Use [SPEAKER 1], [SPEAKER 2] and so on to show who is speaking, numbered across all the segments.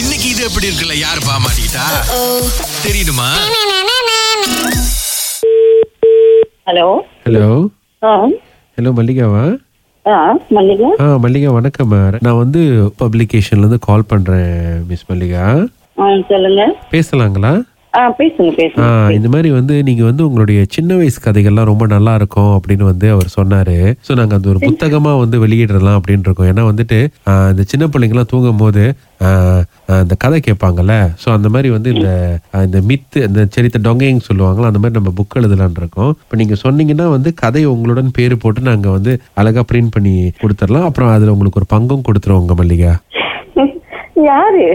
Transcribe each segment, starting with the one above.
[SPEAKER 1] இன்னைக்கு இது எப்படி இருக்குல்ல யாரு பாமாட்டா தெரியுமா
[SPEAKER 2] ஹலோ
[SPEAKER 3] ஹலோ
[SPEAKER 2] ஆ
[SPEAKER 3] ஹலோ மல்லிகாவா
[SPEAKER 2] ஆ மல்லிகா
[SPEAKER 3] ஆ மல்லிகா வணக்கம் நான் வந்து பப்ளிகேஷன்லேருந்து கால் பண்ணுறேன் மிஸ் மல்லிகா
[SPEAKER 2] ஆ சொல்லுங்க
[SPEAKER 3] பேசலாங்களா
[SPEAKER 2] ஆ பேசுங்க
[SPEAKER 3] ஆ
[SPEAKER 2] பேசுங்க
[SPEAKER 3] இந்த மாதிரி வந்து நீங்கள் வந்து உங்களுடைய சின்ன வயசு கதைகள்லாம் ரொம்ப நல்லா இருக்கும் அப்படின்னு வந்து அவர் சொன்னார் ஸோ நாங்கள் அந்த ஒரு புத்தகமாக வந்து வெளியிடலாம் அப்படின்னு இருக்கோம் ஏன்னா வந்துட்டு ஆ, இந்த சின்ன பிள்ளைங்கலாம் தூங்கும் போது ஆ, ஆ, இந்த கதை கேட்பாங்கல்ல ஸோ அந்த மாதிரி வந்து இந்த ஆ, இந்த மித்து இந்த சரித்த டொங்கைன்னு சொல்லுவாங்களா அந்த மாதிரி நம்ம புக் எழுதலாம்னு இருக்கோம் இப்போ நீங்கள் சொன்னீங்கன்னா வந்து கதையை உங்களுடன் பேர் போட்டு நாங்கள் வந்து அழகாக பிரிண்ட் பண்ணி கொடுத்துடலாம் அப்புறம் அதில் உங்களுக்கு ஒரு பங்கும் கொடுத்துருவோம் உங்கள் மல்லிகா
[SPEAKER 2] யாரு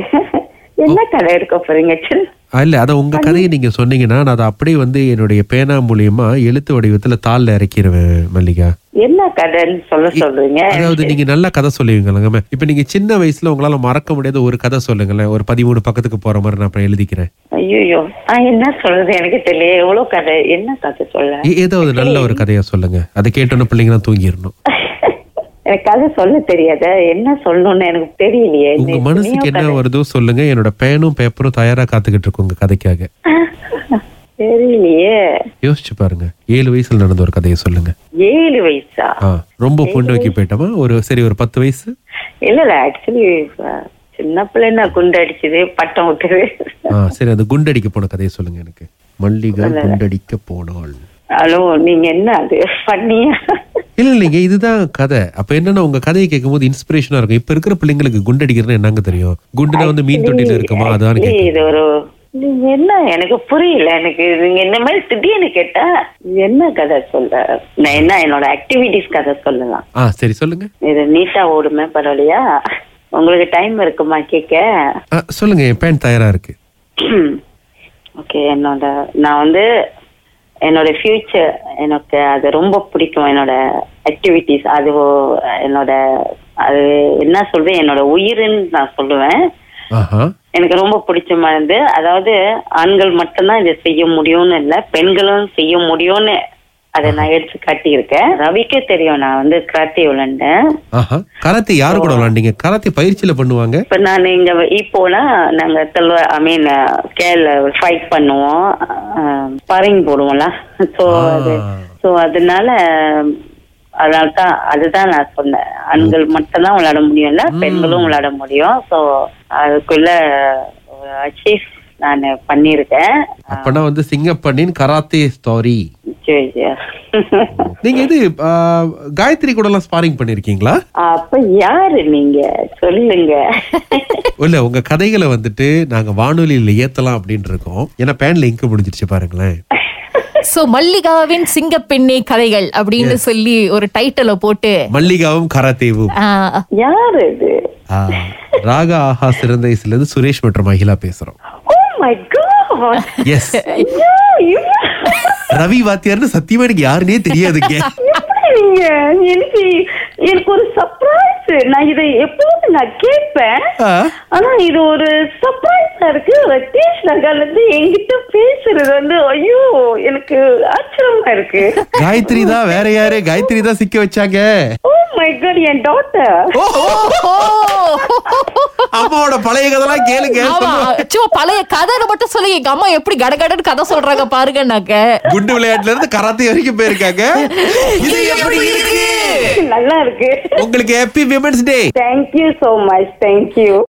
[SPEAKER 2] என்ன கடை எடுக்க போறீங்க சரி.
[SPEAKER 3] ஆ, இல்ல அத உங்க கதையை நீங்க சொன்னீங்கன்னா நான் அதை அப்படியே வந்து என்னுடைய பேனா மூலியமா எழுத்து வடிவத்துல தாள்ல இறக்கிடுவேன் மல்லிகா
[SPEAKER 2] என்ன கடைன்னு சொல்ல சொல்றீங்க
[SPEAKER 3] அதாவது நீங்க நல்ல கதை சொல்லுவீங்களாங்க இப்ப நீங்க சின்ன வயசுல உங்களால மறக்க முடியாத ஒரு கதை சொல்லுங்களேன் ஒரு பதிமூணு பக்கத்துக்கு போற மாதிரி நான் அப்புறம் எழுதிக்கிறேன்
[SPEAKER 2] ஐயோ ஆ என்ன சொல்றது எனக்கு தெரியல எவ்வளவு கடை என்ன கதை சொல்ல
[SPEAKER 3] ஏ- ஏதாவது நல்ல ஒரு கதையா சொல்லுங்க அதை கேட்டோன்னு பிள்ளைங்கலாம் தூங்கிடணும்
[SPEAKER 2] எனக்கு கதை சொல்ல தெரியாத என்ன சொல்லணும்னு எனக்கு தெரியலையே
[SPEAKER 3] உங்க
[SPEAKER 2] நீ-
[SPEAKER 3] மனசுக்கு
[SPEAKER 2] நீயும்
[SPEAKER 3] என்ன வருதோ சொல்லுங்க என்னோட பேனும் பேப்பரும் தயாரா காத்துக்கிட்டு இருக்கு உங்க கதைக்காக
[SPEAKER 2] கதை- தெரியலையே
[SPEAKER 3] யோசிச்சு பாருங்க ஏழு வயசுல நடந்த ஒரு கதையை சொல்லுங்க
[SPEAKER 2] ஏழு வயசா
[SPEAKER 3] ஆ ரொம்ப பொண்டு வைக்க போயிட்டோமா ஒரு சரி ஒரு பத்து வயசு
[SPEAKER 2] இல்ல இல்ல ஆக்சுவலி சின்ன பிள்ளைன்னா குண்டு அடிச்சது பட்டம் விட்டுது
[SPEAKER 3] ஆ சரி அந்த குண்டடிக்க போன கதையை சொல்லுங்க எனக்கு மல்லிகா குண்டடிக்க போனாள்
[SPEAKER 2] ஹலோ நீங்க என்ன அது பண்ணியா
[SPEAKER 3] இல்ல இல்லைங்க இதுதான் கதை அப்ப என்னன்னா உங்க கதையை கேட்கும்போது இன்ஸ்பிரேஷனா இருக்கும் இப்ப இருக்கிற பிள்ளைங்களுக்கு குண்டடிக்கிறதுனா என்னங்க தெரியும் குண்டுனா வந்து மீன் தொட்டியில இருக்குமா அதான்
[SPEAKER 2] Actually, இது ஒரு நீங்க என்ன எனக்கு புரியல எனக்கு நீங்க இந்த மாதிரி திடீர்னு கேட்டா இது என்ன கதை சொல்ல நான் என்ன என்னோட ஆக்டிவிட்டிஸ் கதை சொல்லலாம்
[SPEAKER 3] ஆ சரி சொல்லுங்க
[SPEAKER 2] இது நீட்டா ஓடுமே பரவாயில்லையா உங்களுக்கு டைம் இருக்குமா கேட்க
[SPEAKER 3] ஆ, சொல்லுங்க என் பேன் தயாரா இருக்கு
[SPEAKER 2] ஓகே Hmm. என்னோட நான் வந்து என்னோட ஃபியூச்சர் எனக்கு அது ரொம்ப பிடிக்கும் என்னோட ஆக்டிவிட்டிஸ் அது ஒ- என்னோட அது என்ன சொல்றேன் என்னோட உயிருன்னு நான் சொல்லுவேன்
[SPEAKER 3] ஆஹா
[SPEAKER 2] எனக்கு ரொம்ப பிடிச்ச மருந்து அதாவது ஆண்கள் மட்டும்தான் இதை செய்ய முடியும்னு இல்ல பெண்களும் செய்ய முடியும்னு அதை நான் எடுத்து காட்டியிருக்கேன் ரவிக்கே தெரியும் நான் வந்து கிராத்தி விளையாண்டேன்
[SPEAKER 3] ஆஹா கராத்தே யாரு கூட விளாண்டீங்க கராத்தே பயிற்சியில பண்ணுவாங்க
[SPEAKER 2] இப்ப நான் இங்க இப்போனா நாங்க தல்வ ஐ மீன் கேல் ஃபைட் பண்ணுவோம் பரிங் போடுவோம்ல ஸோ அது
[SPEAKER 3] ஆ.
[SPEAKER 2] ஸோ அதனால அதனால தான் அதுதான் நான் சொன்னேன் ஆண்கள் மட்டும்தான் விளையாட முடியும்ல பெண்களும் விளையாட முடியும் ஸோ அதுக்குள்ள அச்சீவ் நான் பண்ணியிருக்கேன்
[SPEAKER 3] அப்பனா வந்து சிங்கப்பண்ணின் கராத்தே ஸ்டோரி
[SPEAKER 2] சரி, சரி.
[SPEAKER 3] நீங்க இது ஆ, காயத்ரி கூட எல்லாம் ஸ்பாரிங் பண்ணிருக்கீங்களா
[SPEAKER 2] அப்ப யாரு நீங்க சொல்லுங்க
[SPEAKER 3] இல்ல உங்க கதைகளை வந்துட்டு நாங்க வானொலியில ஏத்தலாம் அப்படின்னு இருக்கோம் ஏன்னா பேன் லிங்க் முடிஞ்சிருச்சு பாருங்களேன்
[SPEAKER 4] சோ மல்லிகாவின் சிங்கப்பெண்ணே கதைகள் அப்படின்னு சொல்லி ஒரு டைட்டில போட்டு
[SPEAKER 3] மல்லிகாவும் கராத்தேவும்
[SPEAKER 4] ஆ,
[SPEAKER 2] யாரு இது
[SPEAKER 3] ஆ, ராகா ஆஹா சிறந்த இசையில இருந்து சுரேஷ் மற்றும் அகிலா பேசுறோம்
[SPEAKER 2] oh my God
[SPEAKER 3] yes
[SPEAKER 2] Oh ஐயோ, இவ்வளவு
[SPEAKER 3] ரவி வாத்தியார்னு சத்தியமா எனக்கு யாருனே தெரியாதுங்க
[SPEAKER 2] எப்படி நீங்க எனக்கு எனக்கு ஒரு சர்ப்ரைஸ் நான் இதை எப்பவும் நான் கேட்பேன்
[SPEAKER 3] ஆ.
[SPEAKER 2] ஆனா இது ஒரு சர்ப்ரைஸா இருக்கு ரத்தேஷ் நகர்ல இருந்து என்கிட்ட பேசுறது வந்து ஐயோ எனக்கு ஆச்சரியமா இருக்கு
[SPEAKER 3] காயத்ரி தான் வேற யாரு காயத்ரி தான் சிக்க வச்சாங்க
[SPEAKER 2] ஓ மை காட் Oh என் டாட்டர்
[SPEAKER 3] ஓ, ஓ,
[SPEAKER 4] ஓ!
[SPEAKER 3] அம்மாவோட பழைய கதைலாம் கேளுங்க
[SPEAKER 4] ஆமா
[SPEAKER 3] சொல்லுவா.
[SPEAKER 4] சும்மா பழைய கதைன்னு மட்டும் சொல்லி எங்க அம்மா எப்படி கடகடன்னு கதை சொல்றாங்க பாருங்கன்னாக்க
[SPEAKER 3] குண்டு விளையாட்டுல இருந்து கராத்தே வரைக்கும் போயிருக்காங்க இது எப்படி இருக்கு
[SPEAKER 2] நல்லா இருக்கு
[SPEAKER 3] உங்களுக்கு happy women's day
[SPEAKER 2] thank you so much thank you